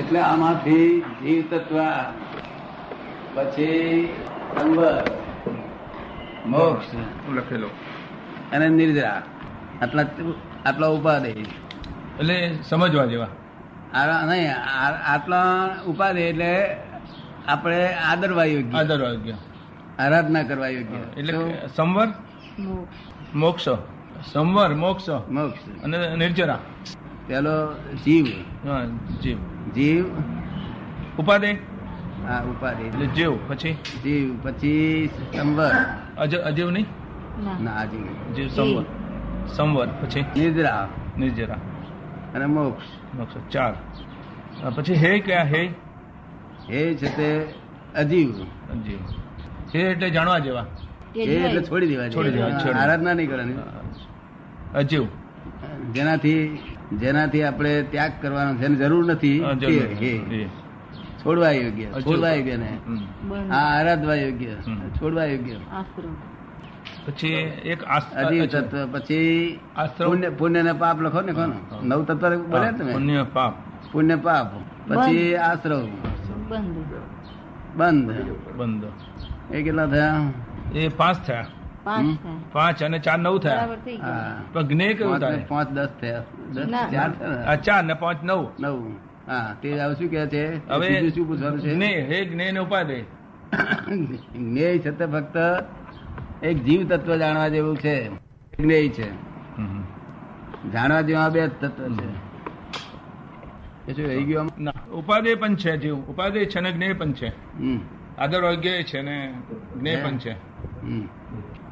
એટલે આમાંથી જીવ તત્વ પછી સંવર મોક્ષ લખેલો અને નિદ્રા આટલા આટલા ઉપાધિ એટલે સમજવા જેવા આ- નહીં આ- આટલા ઉપાધિ એટલે આપણે આદરવા યોગ્ય આદર આરોગ્ય આરાધના કરવા યોગ્ય એટલે શું? સંવર મોક્ષ સંવર મોક્ષ મોક્ષ અને નિર્જરા પેલો જીવ હા, જીવ જીવ ઉપાધિ આ ઉપાધિ એટલે જીવ પછી જીવ પછી સંવર અજ- અજીવ નહીં ના આ જીવ જીવ સંવર સંવર પછી નિદ્રા નિર્જરા અને મોક્ષ મોક્ષ ચાર આ પછી હે કયા હે એ છે તે અજીવ જીવ હે એટલે જાણવા જેવા એ એટલે છોડી દેવા છોડી દેવા, છોડી. આરાધના નહીં કરવાની અજીવ જેનાથી જેનાથી આપણે ત્યાગ કરવાનો છે એની જરૂર નથી અ, તે- એ. જીવ. છોડવા યોગ્ય અજીવ. છોડવા યોગ્ય ને હમ. આ આરાધવા યોગ્ય હમ. છોડવા યોગ્ય પછી એક આસ- અજીવ અજીવ. તત્વ પછી આશ્રમ. પુણ્ય પુણ્ય ને પાપ લખો ને કોનો હા. નવ તત્વ બોલે પાપ, તમે પુણ્ય પાપ પુણ્ય પાપ પછી આશ્રવ બંધ બંધ એ કેટલા થયા એ પાંચ થયા હમ? પાંચ અને ચાર નવ થયા હા પણ જ્ઞેય કયું પાંચ ને પાંચ થાય દસ થયા ના. દસ ચાર થયા આ ચાર ને પાંચ નવ નવ હા તે હવે શું કહે છે હવે બીજું શું પૂછવાનું છે જ્ઞેય, હે જ્ઞેય ને ઉપાધિ જ્ઞેય છે તે ફક્ત એક જીવ તત્વ જાણવા જેવું છે જ્ઞેય છે હમ. જાણવા જેવા બે જ તત્વ છે એ શું રહી ગયું આમ? ના ઉપાધિ પણ છે જીવ ઉપાધિ છે ને જ્ઞેય પણ છે હમ, આદર અજ્ઞેય છે ને જ્ઞેય પણ છે હમ.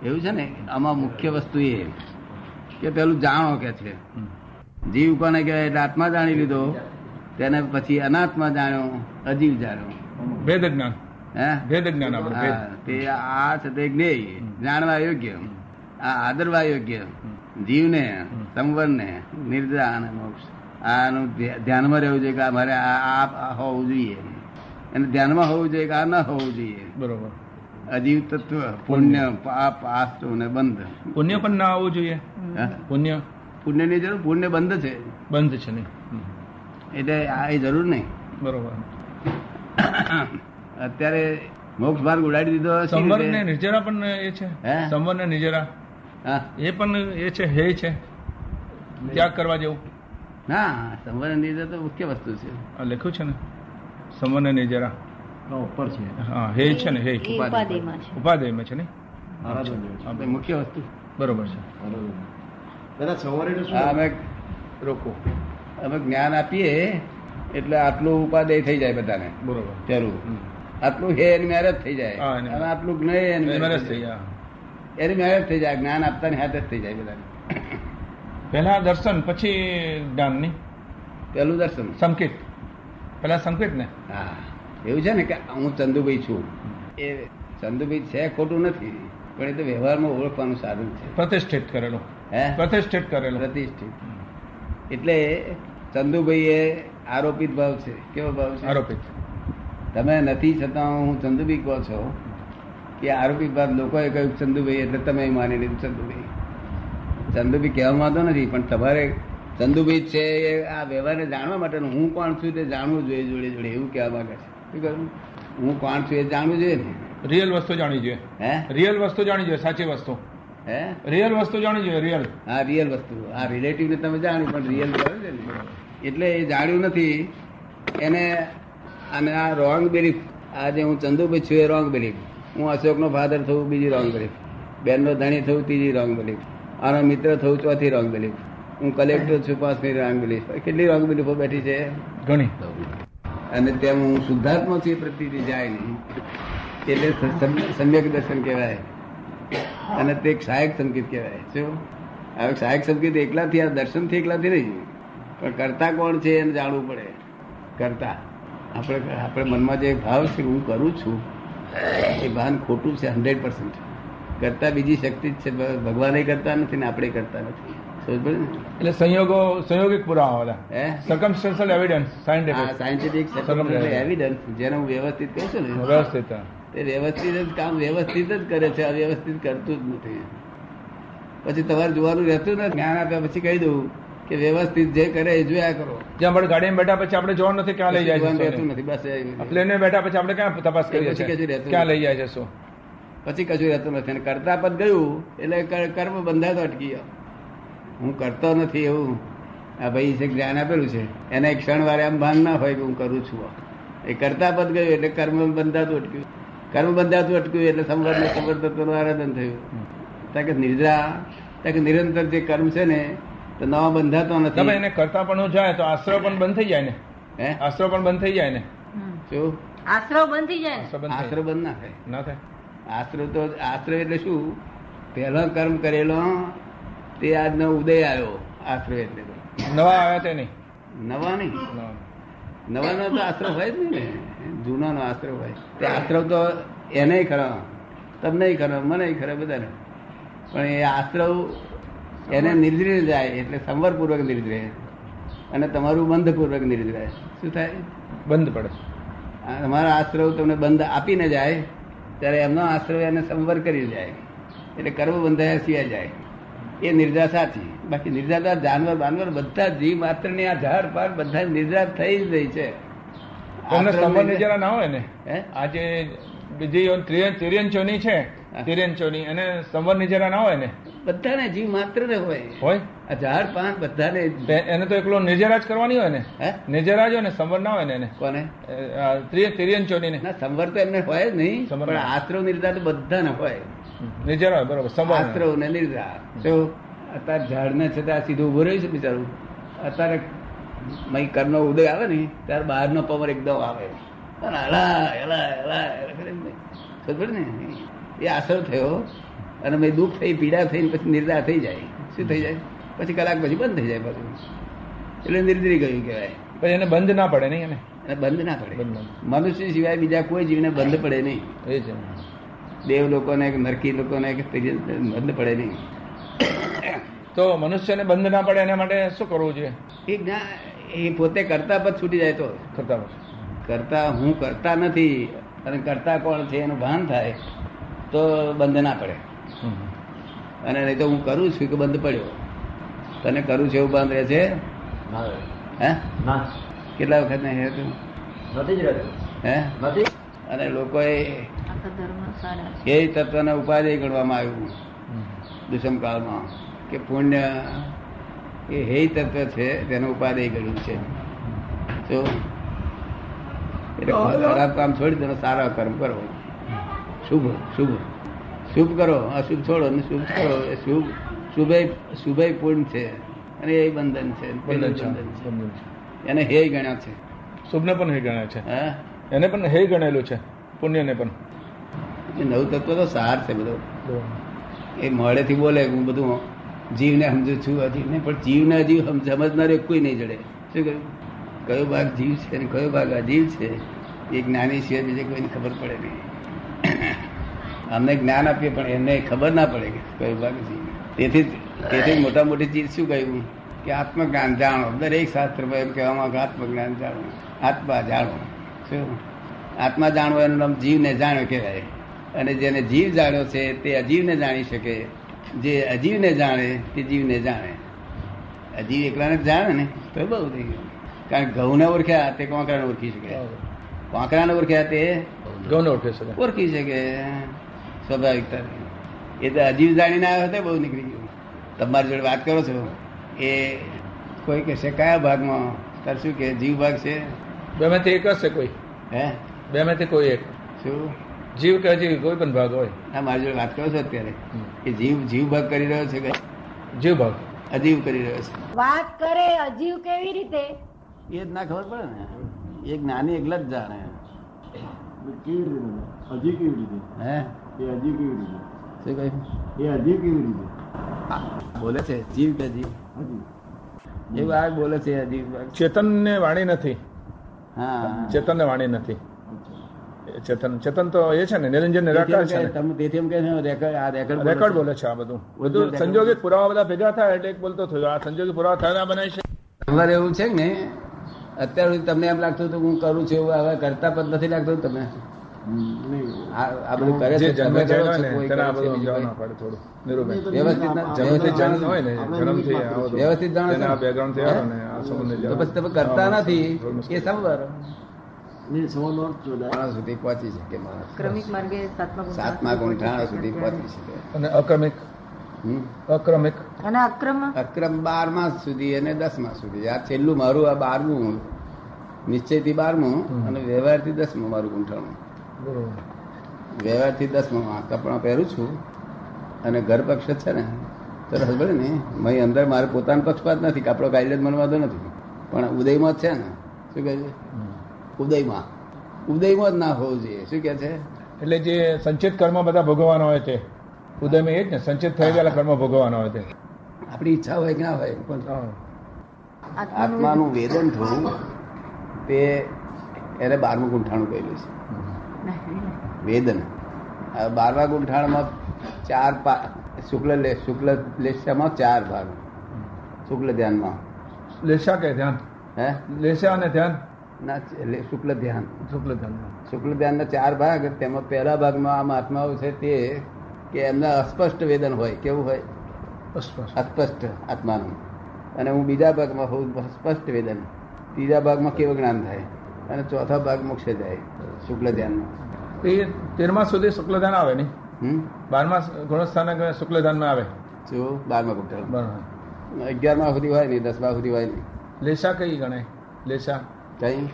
એવું છે ને આમાં મુખ્ય વસ્તુ એ કે પેલું જાણો કે છે હમ. જીવ કોને કહેવાય એટલે આત્મા જાણી લીધો તેને પછી અનાત્મા જાણ્યો અજીવ જાણ્યો ભેદ જ્ઞાન હે ભેદ જ્ઞાન આપણે ભેદ હા, તે આ છે તે જ્ઞેય જાણવા યોગ્ય આ આદરવા યોગ્ય જીવને સંવરને નિર્જા અને મોક્ષ આનું ધ્યા- ધ્યાનમાં રહેવું જોઈએ કે આ મારે આ આ- આ હોવું જોઈએ અને ધ્યાનમાં હોવું જોઈએ કે આ ન હોવું જોઈએ બરોબર અજીવ તત્વ પુણ્ય પાપ આસ્તો ને બંધ પુણ્ય પણ ના આવવું જોઈએ હા? પુણ્ય પુણ્યની જરૂર પુણ્ય બંધ છે બંધ છે નહીં હમ. એટલે આ એ જરૂર નહીં બરોબર અત્યારે મોક્ષ માર્ગ ઉડાડી દીધો હશે સંવર ને નિર્જરા પણ એ છે હે? સંવર ને નિર્જરા હા એ પણ એ છે હે છે ત્યાગ કરવા જેવું ના સંવર નિર્જા તો મુખ્ય વસ્તુ છે આ લખ્યું છે ને સંવર ને નિર્જરા ઉપર છે હા હે છે ને હે ઉપાધ્યાયમાં છે ને આ બે મુખ્ય વસ્તુ બરોબર છે દાદા સવારે એટલે આ શું અમે રોકો અમે જ્ઞાન આપીએ એટલે આટલું ઉપાદેય થઈ જાય બધાને બરોબર પહેલું હમ. આટલું હે એની મેરેજ થઈ જાય હા, એની અને આટલું જ્ઞેય એની એમરસ marriage થઈ થઈ જાય. ગયા. એની મેરેજ થઈ જાય જ્ઞાન આપતાની હાથે જ થઈ જાય બધાને પહેલા દર્શન પછી જ્ઞાન નહીં પહેલું દર્શન સંકેત પહેલા સંકેત ને હા એવું છે ને કે હું ચંદુભાઈ છું એ ચંદુભાઈ છે ખોટું નથી પણ એ તો વ્યવહારમાં ઓળખવાનું સાધન છે પ્રતિષ્ઠિત કરેલો હે પ્રતિષ્ઠિત કરેલો પ્રતિષ્ઠિત એટલે ચંદુભાઈ એ આરોપિત ભાવ છે કેવો ભાવ છે આરોપિત તમે નથી છતાં હું ચંદુભાઈ કહો છો કે આરોપી બાદ લોકોએ કહ્યું ચંદુભાઈ એટલે તમે માની લીધું ચંદુભાઈ ચંદુભાઈ કહેવા માંગતો નથી પણ તમારે ચંદુભાઈ છે એ આ વ્યવહારને જાણવા માટે હું કોણ છું તે જાણવું જોઈએ જોડે જોડે એવું કહેવા માંગે છે શું કહ્યું હું કોણ છું એ જાણવું જોઈએ ને રિયલ વસ્તુ જાણી જોઈએ હે રિયલ વસ્તુ જાણી જોઈએ સાચી વસ્તુ હે રિયલ વસ્તુ જાણી જોઈએ રિયલ આ રિયલ વસ્તુ આ રિલેટિવ ને તમે જાણ્યું પણ રિયલ જાણ્યું છે ને એટલે એ જાણ્યું નથી એને અને આ રોંગ બિલીફ આજે હું ચંદુભાઈ છું એ રોંગ બિલીફ હું અશોકનો ફાધર થયું બીજી રોંગ બિલીફ બેનનો ધણી થયું ત્રીજી રોંગ બિલીફ આનો મિત્ર થયું ચોથી રોંગ બિલીફ હું કલેક્ટર છું પાંચમી રોંગ બિલીફ કેટલી રોંગ બિલીફો બેઠી છે ઘણી અને તેમ હું શુદ્ધાત્મા છું એ પ્રતિ જાય નહીં એટલે સમ- સમ્યક દર્શન કહેવાય અને તે એક સહાયક સંકેત કહેવાય શું હવે સહાયક સંકેત એકલાથી આ દર્શનથી એકલાથી નહીં પણ કરતા કોણ છે એને જાણવું પડે કરતા આપણે આપણે મનમાં જે ભાવ છે કે હું કરું છું એ ભાન ખોટું છે હંડ્રેડ પર્સન્ટ કરતા બીજી શક્તિ જ છે ભ- ભગવાને કરતા નથી ને આપણે કરતા નથી સમજ પડે ને એટલે સંયોગો સંયોગિક પુરાવા બધા હે સર્કમસ્ટન્શિયલ એવિડન્સ આ સાયન્ટિફિક સાયન્ટિફિક એવિડન્સ જેને હું વ્યવસ્થિત કહું છું ને વ્યવસ્થિત તે વ્યવસ્થિત જ કામ વ્યવસ્થિત જ કરે છે અવ્યવસ્થિત કરતું જ નથી પછી તમારે જોવાનું રહેતું ને જ્ઞાન આપ્યા પછી કહી દઉં કે વ્યવસ્થિત જે કરે એ જોયા કરો જ્યાં આપણે ગાડીમાં બેઠા પછી આપણે જોવાનું નથી ક્યાં લઈ જાય ભગવાન છે રહેતું સોને. નથી બસ એ નથી. પ્લેનમાં બેઠા પછી આપણે ક્યાં તપાસ કરીએ પછી કશું છીએ રહેતું ક્યાં લઈ નથી. જાય છે શું પછી કશું રહેતું નથી અને કરતા પદ ગયું એટલે કર- કર્મ બંધાતો અટકી ગયો હું કરતો નથી એવું આ ભાઈ જે જ્ઞાન આપેલું છે એને એક ક્ષણ વારે આમ ભાન ના હોય કે હું કરું છું એ કરતા પદ ગયું એટલે કર્મ બંધાતું અટક્યું કર્મ બંધાતું અટક્યું એટલે સંવર્ધન સંવર્ધનનું આરાધન થયું ત્યાં કે નિદ્રા ત્યાં કે નિરંતર જે કર્મ છે ને તો નવા બંધાતો તમે નથી એને કરતા પણ હું જાય તો આશ્રય પણ બંધ થઈ જાય ને હે આશ્રય પણ બંધ થઈ જાય ને હમ. શું આશરો બંધ થઈ જાય ને? આશ્રય બંધ થઈ આશ્રય બંધ ના થાય જાય. ના થાય આશ્રય તો આશ્રય એટલે શું પહેલો કર્મ કરેલો તે આજનો ઉદય આવ્યો આશ્રય એટલે તો. નવા આવ્યા તે નહીં નવા નહીં નવા. નવાનો તો આશ્રય હોય જ નહીં ને જૂનાનો આશ્રય હોય તે આશ્રય તો એને ખરો તમને ખરો મને ખરો બધાને પણ એ આશ્રય એને નિર્દ્રે જાય એટલે સંવરપૂર્વક નિર્દ્રે અને તમારું બંધપૂર્વક નિર્દ્રે શું થાય બંધ પડે આ તમારા આશ્રય તમને બંધ આપીને જાય ત્યારે એમનો આશ્રય એને સંવર કરી જાય એટલે કર્મ બંધાયા સિવાય જાય એ નિર્જા સાચી બાકી નિર્જાતા જાનવર બાનવર બધા જીવ માત્ર ની આ ઝાડ પાર બધા નિર્જા થઈ જ રહી છે તમને આશ્રય સંબંધ નિર્જા- જરા ના હોય ને હે? આજે બીજી ત્રિયન તિર્યંચોની છે હા. તિર્યંચોની એને સંવર જરા ના હોય ને બધાને જીવ માત્ર ને હોય હોય આ ઝાડ પાન બધાને તો એને તો એકલો નિર્જરા જ કરવાની હોય ને હે નિર્જરા જ હોય ને સંવર ના હોય ને એને કોને અ, આ ત્રિય તિર્યંચોની ને ના સંવર તો એમને હોય જ નહીં સંવર પણ ના. આશ્રવ નિર્જા તો બધાને હોય નિર્જરા હોય બરોબર સંવર ના હોય. આશ્રવ ને નિદ્રા જો અત્યારે ઝાડને છતાં સીધું ઉભો રહ્યું છે બિચારું અત્યારે મય કરનો ઉદય આવે ને ત્યારે બહારનો પવન એકદમ આવે અને હલા, હલા, હલા, હલા કરીને ખબર ને એ આસર થયો અને મેં દુઃખ થઈ પીડા થઈને પછી નિર્દા થઈ જાય શું થઈ જાય પછી કલાક પછી બંધ થઈ જાય પાછું એટલે નિર્દ્રી ગયું કહેવાય પછી એને બંધ ના પડે નહીં એને અને બંધ ના પડે બંધ મનુષ્ય સિવાય બીજા કોઈ જીવને બંધ પડે નહીં એ છે દેવ લોકોને કે નરકી લોકોને કે ત્રીજા બંધ પડે નહીં તો મનુષ્યને બંધ ના પડે એના માટે શું કરવું જોઈએ એ જ્ઞા એ પોતે કરતા પર છૂટી જાય તો કરતા પછી કરતા હું કરતા નથી અને કરતા કોણ છે એનું ભાન થાય તો બંધ ના પડે હમ. અને નહીં તો હું કરું છું કે બંધ પડ્યો તને કરું છું એવું બંધ રહે છે ના હે ના કેટલા વખત નહીં રહેતું નથી જ રહેતું હે નથી અને લોકોએ આ તો ધર્મ સારા છે. એ તત્વને ઉપાધિ ગણવામાં આવ્યું હમ. દુષ્મકાળમાં કે પુણ્ય એ હેય તત્વ છે તેનો ઉપાદેય ગણ્યું છે તો એટલે ખરાબ કામ છોડી દેનો સારા કર્મ કરો શુભ શુભ શુભ કરો અશુભ છોડો અને શુભ કરો એ શુભ શુભે શુભે પૂર્ણ છે અને એ બંધન છે બંધન છે. બંધન છે બંધન છે. એને હેય ગણ્યા છે શુભને પણ હે ગણાય છે હા એને પણ હે ગણેલું છે પુણ્યને પણ એ નવ તત્વ તો સાર છે બધો એ મોડેથી બોલે કે હું બધું જીવને સમજુ છું અજીવને પણ જીવને અજીવ સમ- સમજનાર એક કોઈ નહીં જડે શું કહ્યું કયો ભાગ જીવ છે અને કયો ભાગ અજીવ છે એ જ્ઞાની સિવાય બીજે કોઈને ખબર પડે નહીં અમને જ્ઞાન આપીએ પણ એમને ખબર ના પડે કે કયો ભાગ જીવ તેથી જ- તેથી જ મોટા મોટી ચીજ શું કહ્યું કે આત્મજ્ઞાન જાણો દરેક શાસ્ત્રમાં એમ કહેવામાં આવે કે આત્મજ્ઞાન જાણો આત્મા જાણો શું આત્મા જાણવો એનું નામ જીવને જાણ્યો કહેવાય અને જેને જીવ જાણ્યો છે તે અજીવને જાણી શકે જે અજીવને જાણે તે જીવને જાણે અજીવ એકલાને જ જાણે ને તો બહુ થઈ ગયું કારણ કે ઘઉંને ઓળખ્યા તે કોંકરાને ઓળખી શકે કોંકરાને ઓળખ્યા તે ગૌને ઉઠે છે ઓળખી શકે સ્વાભાવિકતા એ તો અજીવ જાણીને આવ્યો હતો બહુ નીકળી ગયું તમારી જોડે વાત કરો છો એ કોઈ કહેશે કયા ભાગમાં તાર શું કે જીવ ભાગ છે બેમાંથી એક હશે કોઈ હે બેમાંથી કોઈ એક શું જીવ કે અજીવ કોઈ પણ ભાગ હોય ના મારી જોડે વાત કરો છો અત્યારે હમ. કે જીવ જીવ ભાગ કરી રહ્યો છે કે જીવ ભાગ અજીવ કરી રહ્યો છે વાત કરે અજીવ કેવી રીતે એ જ ના ખબર પડે ને એ જ્ઞાની એકલા જ જાણે કેવી રીતે હજી કેવી રીતે હે એ હજી કેવી રીતે શું કહ્યું એ હજી કેવી રીતે બોલે છે જીવ કે જીવ હજી એવું આ બોલે છે અજીવ ભાગ ચેતન ને વાણી નથી હા ચેતન ને વાણી નથી અચ્છા. એ ચેતન ચેતન તો એ છે ને નિરંજન તેથી નિરાકાર એમ છે કહે- ને. તમે તેથી એમ કહે છે, રેકર્ડ આ રેકર્ડ બોલે રેકોર્ડ છે. બોલે છે આ બધું બધું બધું રેકોર્ડ સંજોગે પુરાવા બધા ભેગા થાય એટલે એક બોલતો થયો આ સંજોગે પુરાવા થાય ને આ બનાય છે તમારે એવું છે ને અત્યાર સુધી તમને એમ લાગતું હતું કે હું કરું છું એવું હવે કરતા પણ નથી લાગતું તમને હમ, નહીં. આ આ બધું કરે જે છે તમે જન્મે જન્મ કરો છો, ને કોઈ તેને આ કરે છે, બધું બીજું સમજાવવાનું કોઈ. પડે થોડું નીરુભાઈ વ્યવસ્થિત ના- આપણે જન્મથી વ્યવસ્થિત જાણ હોય ને આપણે જન્મથી ઇંગ્લિશમાં આવો તો કીધું. વ્યવસ્થિત જાણો છો તેને ને? આ બેકગ્રાઉન્ડ થયો ને આ સંબંધને તો જાણો. બસ તમે કરતા હા, નથી થોડું મુશ્કેલ. એ સમજાવો નહીં, સવાનો અર્થ જોડાય. માણસ સુધી પહોંચી શકે માણસ ક્રમિક માર્ગે સાતમા ગુણ સાતમા ગુંઠાણા સુધી પહોંચી શકે અને અક્રમિક હમ? અક્રમિક અને અક્રમ અક્રમ બારમા સુધી અને દસમા સુધી આ છેલ્લું મારું આ બારમું નિશ્ચયથી બારમું અને વ્યવહારથી દસમું મારું ગુંઠાણું બરોબર વ્યવહારથી દસમું આ કપડાં પહેરું છું અને ઘર પક્ષ છે ને તો હસબન્ડ ને મય અંદર મારે પોતાનો પક્ષપાત નથી કપડો કાઢી જ મને વાંધો નથી પણ ઉદયમાં જ છે ને શું કહે છે ઉદયમાં ઉદયમાં જ ના હોવું જોઈએ શું કહે છે એટલે જે સંચિત કર્મ બધા ભોગવવાના હોય તે ઉદયમાં એ જ ને સંચિત થઈ ગયેલા કર્મ ભોગવવાના હોય તે આપણી ઈચ્છા હોય કે ના હોય પણ હા. આત્માનું વેદન થવું તે એને બારમું ગુંઠાણું કહેલું છે વેદન આ બારમા ગુંઠાણમાં ચાર પા- શુક્લ લે શુક્લ લેશામાં ચાર ભાગ શુક્લ ધ્યાનમાં લેશા કે ધ્યાન હે લેશા અને ધ્યાન ના એટલે શુક્લ ધ્યાન શુક્લ ધ્યાન શુક્લ ધ્યાનના ચાર ભાગ તેમાં પહેલા ભાગમાં આ મહાત્માઓ છે તે કે એમને અસ્પષ્ટ વેદન હોય કેવું હોય અસ્પષ્ટ અસ્પષ્ટ આત્માનું અને હું બીજા ભાગમાં હોઉં સ્પષ્ટ વેદન ત્રીજા ભાગમાં કેવું જ્ઞાન થાય અને ચોથા ભાગ મોક્ષે જાય શુક્લ ધ્યાનમાં એ તેરમા સુધી શુક્લ ધ્યાન આવે નહીં હમ બારમા ગુણસ્થાન શુક્લ ધ્યાનમાં આવે જો બારમાં ગુંઠાણું બરાબર અગિયારમાં સુધી હોય નહીં દસમા સુધી હોય નહીં લેશા કઈ ગણાય લેશા કઈ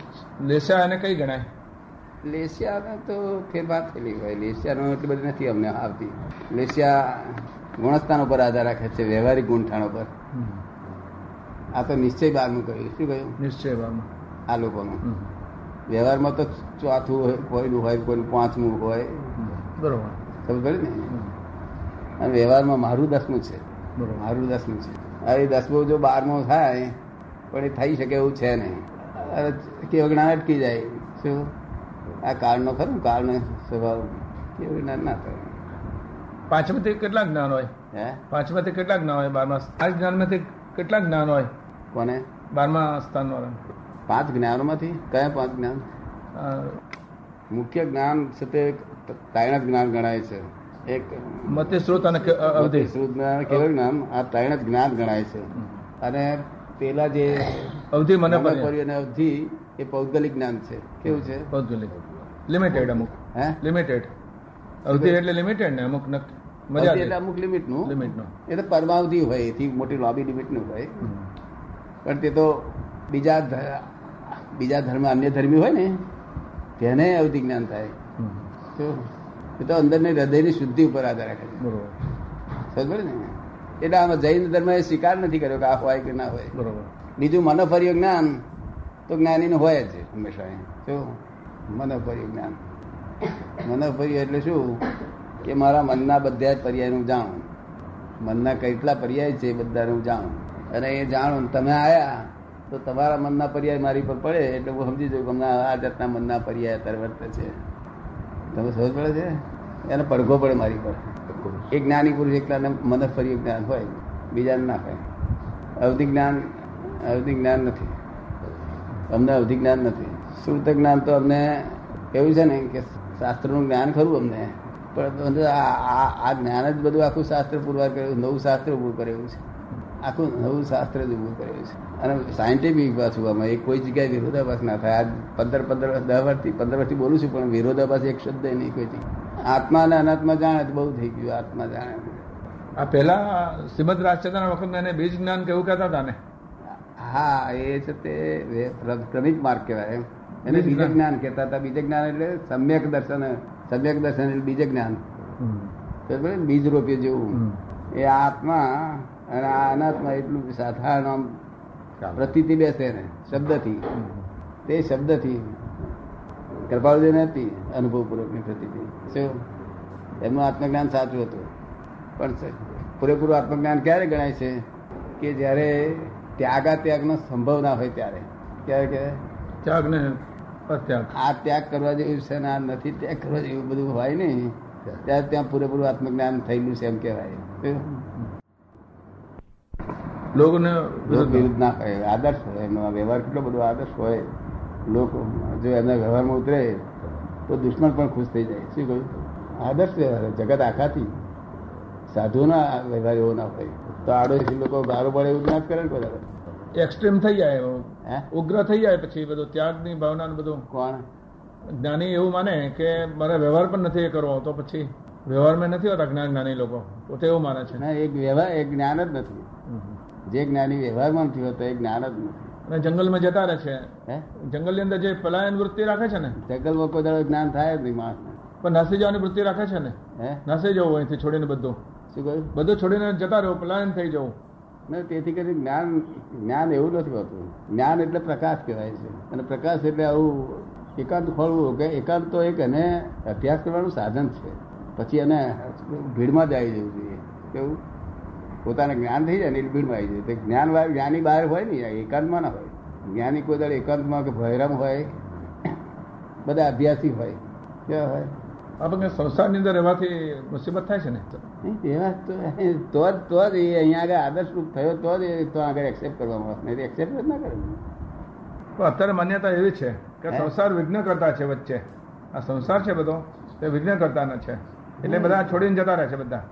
લેશા એને કઈ ગણાય લેશિયાને તો ફેરફાર થયેલી હોય લેશિયાનો એટલી બધી નથી અમને આવતી લેશિયા ગુણસ્થાન ઉપર આધાર રાખે છે વ્યવહારિક ગુણઠાણ ઉપર આ તો નિશ્ચય બારનું કહ્યું શું કહ્યું નિશ્ચય બારમાં આ લોકોનું વ્યવહારમાં તો ચોથું કોઈનું હોય કોઈનું પાંચમું હોય બરોબર ખબર પડી ને અને વ્યવહારમાં મારું દસમું છે બરોબર મારું દસમું છે હવે દસમું જો બારમું થાય પણ એ થઈ શકે એવું છે નહીં હવે કેવું જ્ઞાન અટકી જાય શું આ કાળનો ખરું કાળનો સ્વભાવ કેવું જ્ઞાન ના થાય પાંચમાંથી કેટલા જ્ઞાન હોય હે પાંચમાંથી કેટલા જ્ઞાન હોય બારમા આ જ્ઞાનમાંથી કેટલા જ્ઞાન હોય કોને બારમા સ્થાનવાળા પાંચ જ્ઞાનોમાંથી કયા પાંચ જ્ઞાન મુખ્ય જ્ઞાન છે તે ત્રણ જ જ્ઞાન ગણાય છે એક મતે સ્ત્રોત અને કે- અ- અવધિ શ્રુત જ્ઞાન કેવું જ્ઞાન આ ત્રણ જ જ્ઞાન ગણાય છે અને પેલા જે અવધિ મને મનોપરી અને અવધિ એ પૌદ્ગલિક જ્ઞાન છે કેવું છે ભૌગોલિક લિમિટેડ અમુક હે લિમિટેડ અવધિ એટલે લિમિટેડ ને અમુક નક્કી અવધિ એટલે મજા અમુક લિમિટ નું લિમિટનો એ તો પરમાવધિ હોય એથી મોટી લોબી લિમિટ નું હોય પણ તે તો બીજા ધ- બીજા ધર્મ અન્ય ધર્મી હોય ને તેને અવધિ જ્ઞાન થાય તો એ તો અંદરની હૃદયની શુદ્ધિ ઉપર આધાર રાખે છે બરોબર સમજ પડી ને એટલે આમાં જૈન ધર્મ એ સ્વીકાર નથી કર્યો કે આ હોય કે ના હોય બરોબર બીજું મનોફર્ય જ્ઞાન તો જ્ઞાનીનું હોય જ હંમેશા એ. જો મનોફર્ય જ્ઞાન મનોફર્ય એટલે શું કે મારા મનના બધા જ પર્યાય હું જાણું મનના કેટલા પર્યાય છે એ બધાને હું જાણું અને એ જાણું ને તમે આયા તો તમારા મનના પર્યાય મારી પર પડે એટલે હું સમજી જઉં કે હમણાં આ જાતના મનના પર્યાય અત્યારે વર્તે છે તમે સમજ પડે છે એનો પડઘો પડે મારી પર એક જ્ઞાની પુરુષ એકલાને મનોફર્ય જ્ઞાન હોય બીજાને ના હોય અવધિ જ્ઞાન અવધિ જ્ઞાન નથી અમને અવધિ જ્ઞાન નથી શ્રુત જ્ઞાન તો અમને એવું છે ને કે શાસ્ત્રનું જ્ઞાન ખરું અમને પણ બધું આ આ- આ જ્ઞાન જ બધું આખું શાસ્ત્ર પુરવાર કર્યું નવું શાસ્ત્ર ઊભું કરેલું છે આખું નવું શાસ્ત્ર જ ઊભું કરેલું છે અને સાયન્ટિફિક પાછું આમાં એક કોઈ જગ્યાએ વિરોધાભાસ ના થાય આજ પંદર પંદર વર્ષ દસ વર્ષથી પંદર વર્ષથી બોલું છું પણ વિરોધાભાસ એક શબ્દ નહીં કોઈ જગ્યાએ આત્મા અને અનાત્મા જાણે તો બહુ થઈ ગયું આત્મા જાણે આ પહેલા શ્રીમદ રાજચંદ્ર વખત એને બીજ જ્ઞાન કેવું કહેતા હતા ને હા એ છે તે વે- ક્રમિક માર્ગ કહેવાય એને બીજે જ્ઞાન કહેતા હતા બીજે જ્ઞાન એટલે સમ્યક દર્શન સમ્યક દર્શન એટલે બીજે જ્ઞાન બરાબર ને? બીજ રોપ્યું જેવું એ આત્મા અને આ અનાત્મા એટલું સાધારણ આમ પ્રતિથી બેસે ને શબ્દથી તે શબ્દથી કૃપાળુજી હતી અનુભવપૂર્વકની પ્રતિથી શું એમનું આત્મજ્ઞાન સાચું હતું પણ સ- પૂરેપૂરું આત્મજ્ઞાન ક્યારે ગણાય છે કે જ્યારે ત્યાગા ત્યાગનો સંભવ ના હોય ત્યારે ક્યારે કે ત્યાગ ને અત્યાગ આ ત્યાગ કરવા જેવું છે ને આ નથી ત્યાગ કરવા જેવું બધું હોય ને ત્યારે ત્યાં પૂરેપૂરું આત્મજ્ઞાન થયેલું છે એમ કહેવાય શું? લોકોને લોક વિરુદ્ધ ના કહે આદર્શ હોય એમનો આ વ્યવહાર કેટલો બધો આદર્શ હોય લોકો જો એમના વ્યવહારમાં ઉતરે તો દુશ્મન પણ ખુશ થઈ જાય શું કહ્યું આદર્શ વ્યવહાર છે. જગત આખાથી સાધુના વ્યવહાર એવો ના હોય તો આડોશી લોકો ગારો પડે એવું જ ના જ કરે ને બધા એક્સ્ટ્રીમ થઈ જાય એવું. હે ઉગ્ર થઈ જાય પછી બધું ત્યાગની ભાવનાનું બધું કોણ જ્ઞાની એવું માને કે મારે વ્યવહાર પણ નથી એ કરવો તો પછી વ્યવહારમાં નથી હોતા જ્ઞાન જ્ઞાની લોકો પોતે એવું માને છે ના એક વ્યવહાર એક જ્ઞાન જ નથી હમ. જે જ્ઞાની વ્યવહારમાં નથી હોતો એ જ્ઞાન જ નથી અને જંગલમાં જતા રહે છે હે જંગલની અંદર જે પલાયન વૃત્તિ રાખે છે ને જગલમાં કોઈ દાડો જ્ઞાન થાય જ નહીં માણસને પણ નાસી જવાની વૃત્તિ રાખે છે ને હે નાસી જવું અહીંથી છોડીને બધું શું કહ્યું બધું છોડીને જતા રહો પલાયન થઈ જવું ને તેથી કરી જ્ઞાન જ્ઞાન એવું નથી હોતું જ્ઞાન એટલે પ્રકાશ કહેવાય છે અને પ્રકાશ એટલે આવું એકાંત ખોલવું કે એકાંત તો એક એને અભ્યાસ કરવાનું સાધન છે પછી એને ભીડમાં જ આવી જવું જોઈએ કેવું પોતાને જ્ઞાન થઈ જાય ને એટલે ભીડમાં આવી જાય તો જ્ઞાન બહાર- જ્ઞાની બહાર હોય ને એકાંતમાં ના હોય જ્ઞાની કોઈ દાડે એકાંતમાં કે ભયરામ હોય બધા અભ્યાસી હોય કેવા હોય આપણે કંઈ સંસારની અંદર રહેવાથી મુસીબત થાય છે ને નહીં, એવા જ તો તો જ તો જ એ અહીંયા આગળ આદર્શરૂપ થયો તો જ એ તો આગળ એક્સેપ્ટ કરવામાં આવે નહીં એક્સેપ્ટ જ ના કરે ને. પણ અત્યારે માન્યતા એવી છે કે હે? સંસાર વિઘ્ન કરતા છે વચ્ચે આ સંસાર છે બધો તે વિઘ્ન કરતા છે એટલે બધા છોડીને જતા રહે છે બધા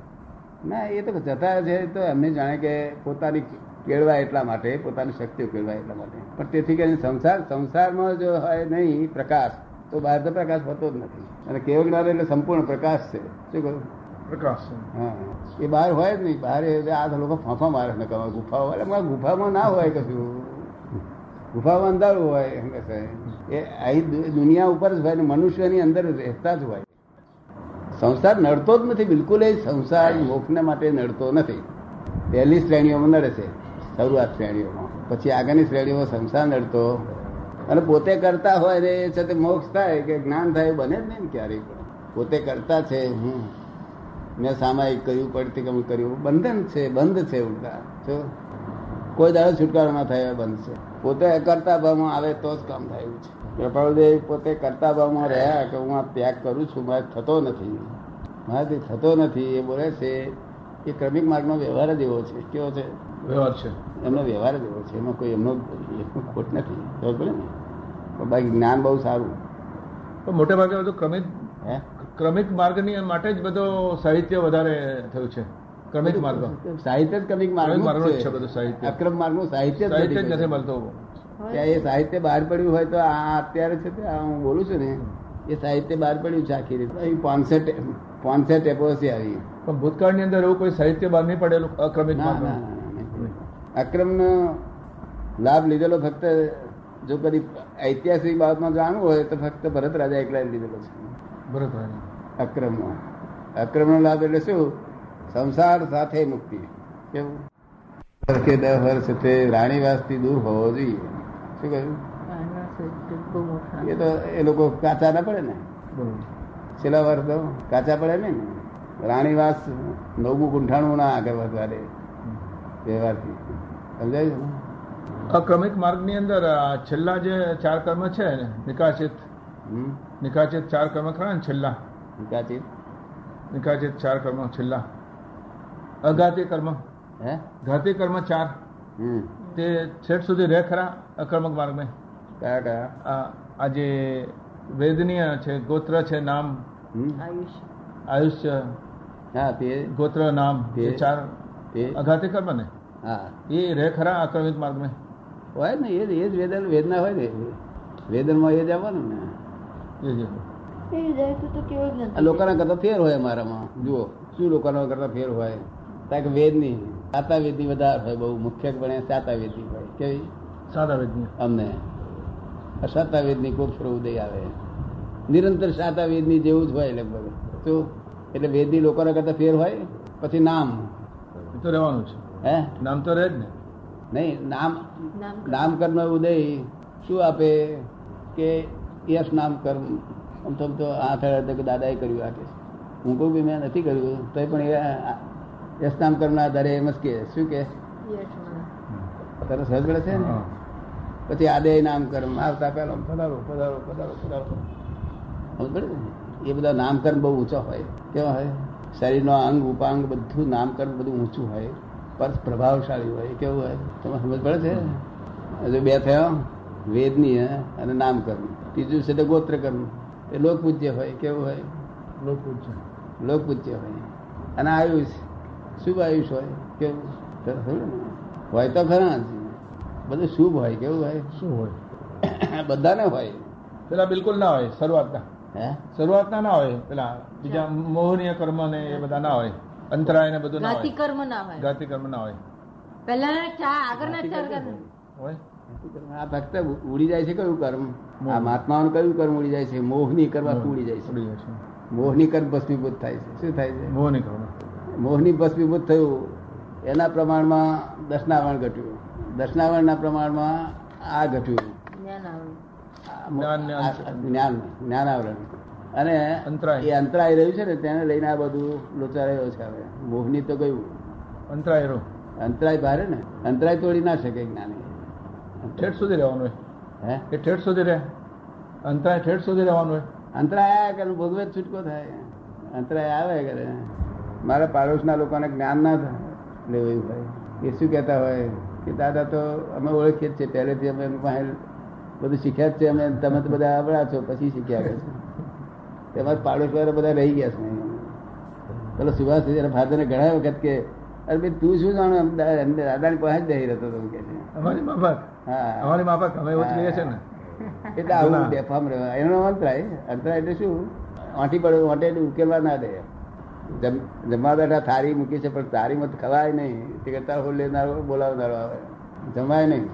ના એ તો જતા છે તો એમને જાણે કે પોતાની કેળવાય એટલા માટે પોતાની શક્તિઓ કેળવાય એટલા માટે પણ તેથી કરીને સંસાર સંસારમાં જો હોય નહીં પ્રકાશ તો બહાર તો પ્રકાશ હોતો જ નથી અને કેવો જ્ઞાન એટલે સંપૂર્ણ પ્રકાશ છે શું કહ્યું પ્રકાશ હા એ બહાર હોય જ નહીં બહાર એ આ તો લોકો ફાંફા મારે ને કહેવાય ગુફાઓ એટલે મારા ગુફામાં ના હોય કશું ગુફામાં અંધારું હોય એમ કહે છે. એ અહીં દુ- દુનિયા ઉપર જ હોય ને મનુષ્યની અંદર રહેતા જ હોય સંસાર નડતો જ નથી બિલકુલ એ સંસાર મોક્ષને માટે નડતો નથી પહેલી શ્રેણીઓમાં નડે છે શરૂઆત શ્રેણીઓમાં પછી આગળની શ્રેણીઓમાં સંસાર નડતો અને પોતે કરતા હોય ને એ છતાં મોક્ષ થાય કે જ્ઞાન થાય એ બને જ નહીં ને ક્યારેય પણ પોતે કરતા છે હું મેં સામાયિક કર્યું પડતિકમ કર્યું બંધન છે બંધ છે ઉલટા જો કોઈ દાડો છુટકારો ના થાય એવા બંધ છે પોતે કરતા ભાવમાં આવે તો જ કામ થાય એવું છે કૃપાળુદેવ પોતે કરતા ભાવમાં રહ્યા કે હું આ ત્યાગ કરું છું મારે થતો નથી મારાથી થતો નથી એ બોલે છે એ ક્રમિક માર્ગનો વ્યવહાર જ એવો છે કેવો છે વ્યવહાર છે એમનો વ્યવહાર જ એવો છે એમાં કોઈ એમનો એમનો ખોટ નથી ખબર પડે ને પણ બાકી જ્ઞાન બહુ સારું પણ મોટે ભાગે બધું ક્રમિક હે ક્રમિક માર્ગની માટે જ બધો સાહિત્ય વધારે થયું છે ક્રમિક માર્ગ સાહિત્ય જ ક્રમિક માર્ગનું ક્રમિક માર્ગનું જ જ છે છે બધું સાહિત્ય. અક્રમ માર્ગનું સાહિત્ય જ સાહિત્ય જ નથી નથી મળતું ત્યાં એ સાહિત્ય બહાર પડ્યું હોય તો આ અત્યારે છે તે આ હું બોલું છું ને એ સાહિત્ય બહાર પડ્યું છે આખી રીતે અહીં પાંચસો ટે- પાંચસો ટેપોસી આવી પણ ભૂતકાળની અંદર એવું કોઈ સાહિત્ય બહાર નહીં પડેલું અક્રમિક ના, માર્ગ ના, ના, ના. અક્રમનો લાભ લીધેલો ફક્ત જો કદી ઐતિહાસિક બાબતમાં જાણવું હોય તો ફક્ત ભરત રાજા એકલા લીધેલો છે બરોબર અક્રમનો અક્રમનો લાભ એટલે શું સંસાર સાથે મુક્તિ કેવું વર્ષે દસ વર્ષ તે રાણીવાસથી દૂર હોવો જોઈએ શું કહ્યું આના સહિત બહુ મોટા. એ તો એ લોકો કાચા ના પડે ને બરોબર છેલ્લા વર્ષ તો કાચા પડે નહીં ને રાણીવાસ નવમું ગુંઠાણું ના આગળ વધવા દે વ્યવહારથી સમજાય છે ને? અક્રમિક માર્ગની અંદર આ છેલ્લા જે ચાર કર્મ છે ને નિકાચિત હમ? નિકાચિત ચાર કર્મ ખરા ને છેલ્લા કાચી નિકાચિત ચાર કર્મ છેલ્લા અઘાતી કર્મ હે ઘાતી કર્મ ચાર હમ તે છેટ સુધી રહે ખરા અક્રમક માર્ગમાં કયા કયા આ આ જે વેદનીય છે ગોત્ર છે નામ હમ? આયુષ્ય આયુષ્ય હા તે ગોત્ર નામ તે- એ ચાર તે અઘાતી કર્મ ને હા એ રહે ખરા અક્રમિક માર્ગમાં હોય ને એ જ- એ જ વેદન વેદના હોય ને વેદનમાં એ જ આવવાનું ને એ જે એ જાય તો તો કેવો જ આ લોકોના કરતા ફેર હોય અમારામાં જુઓ શું લોકોના કરતા ફેર હોય કારણ કે વેદની સાતાવેદી વધારે હોય બહુ મુખ્યપણે સાતાવેદી હોય કેવી સાદા વેદનીય અમને આ શાતાવેદની કોક સ્વરૂપ ઉદય આવે નિરંતર શાતાવેદની જેવું જ હોય લગભગ તો એટલે વેદી લોકોના કરતા ફેર હોય પછી નામ એ તો રહેવાનું છે હે નામ તો રહે જ ને નહીં નામ નામ નામ કર્મ ઉદય શું આપે કે યશ નામ કર્મ આમ તો આમ તો આ થયા કે દાદાએ કર્યું આ કે હું કહું કે મેં નથી કર્યું તોય પણ એ આ યશ નામ કર્મના આધારે એમ જ કે શું કે યશમાં. તરસ હજળે છે ને હા. પછી આદે નામ કર્મ આવતા પહેલા પધારો પધારો પધારો પધારો સમજ પડી ને? એ બધા નામકર્મ બહુ ઊંચા હોય કેવા હોય શરીરનો અંગ ઉપાંગ બધું નામકર્મ બધું ઊંચું હોય પર પ્રભાવશાળી હોય કેવું હોય તમે સમજ પડે છે હજુ બે થયો વેદનીય અને નામકર્મ ત્રીજું છે તે ગોત્રકર્મ એ લોકપૂજ્ય હોય કેવું હોય લોકૂજ છે લોકપૂજ્ય હોય અને આયુષ શુભ આયુષ હોય કેવું તો ખરું ને? હોય તો ખરા જ. બધું શુભ હોય કેવું હોય શું હોય બધાને હોય પેલા બિલકુલ ના હોય શરૂઆતના હે શરૂઆતના ના હોય પેલા બીજા મોહનીય કર્મ ને એ બધા ના હોય અંતરાય ને બધું ના ગાતી હોય કર્મ ના હોય ગાતી કર્મ ના હોય પહેલા ચા આગળના ચાર કર્મ હોય આ ફક્ત ઉડી જાય છે કયું કર્મ મોહ. આ મહાત્માઓનું કયું કર્મ ઉડી જાય છે મોહની કરવાથી ઉડી જાય છે ઉડી જાય છે મોહની કર્મ ભસ્મીભૂત થાય છે શું થાય છે મોહની કર્મ મોહની ભસ્મીભૂત થયું એના પ્રમાણમાં દર્શનાવરણ ઘટ્યું દર્શનાવરણના પ્રમાણમાં આ ઘટ્યું જ્ઞાન આવે આ મો- જ્ઞાન ને અંશ. આ જ્ઞાન જ્ઞાનાવરણ અને અંતરાય. એ અંતરાય રહ્યું છે ને તેને લઈને આ બધું લોચારાયો છે હવે મોહની તો ગયું અંતરાય રહો અંતરાય ભારે ને અંતરાય તોડી ના શકે જ્ઞાની ઠેઠ સુધી રહેવાનું હોય હે એ ઠેઠ સુધી રહે અંતરાય ઠેઠ સુધી રહેવાનું હોય અંતરાય આયા કરે ભોગવે જ છૂટકો થાય અંતરાય આવે કરે મારા પાડોશના લોકોને જ્ઞાન ના થાય લેવું એવું હોય એ શું કહેતા હોય કે દાદા તો અમે ઓળખીએ જ છે પહેલેથી અમે એમની પાસે બધું શીખ્યા જ છે અમે તમે તો બધા આવડા છો પછી શીખ્યા છો તેમાં પાડોશ વાળા બધા રહી ગયા છે પેલો સુભાષ એના ફાધરને ઘણા વખત કે અરે ભાઈ તું શું જાણો એમ દા- એમ દાદાની પાસે જ જઈ રહેતો હતો એમ કે છે અમારી માફક હા અમારી માફક અમે એવું જ કહીએ છે ને એટલે આવું ના. બેફામ રહેવા એનો અંતરાય અંતરાય એટલે શું વાંટી પડે વાંટે એટલે ઉકેલવા ના દે જમ- જમવા બેઠા થાળી મૂકી છે પણ થાળીમાં તો ખવાય નહીં તે કરતા હું લેનારો બોલાવનારો આવે જમાય નહીં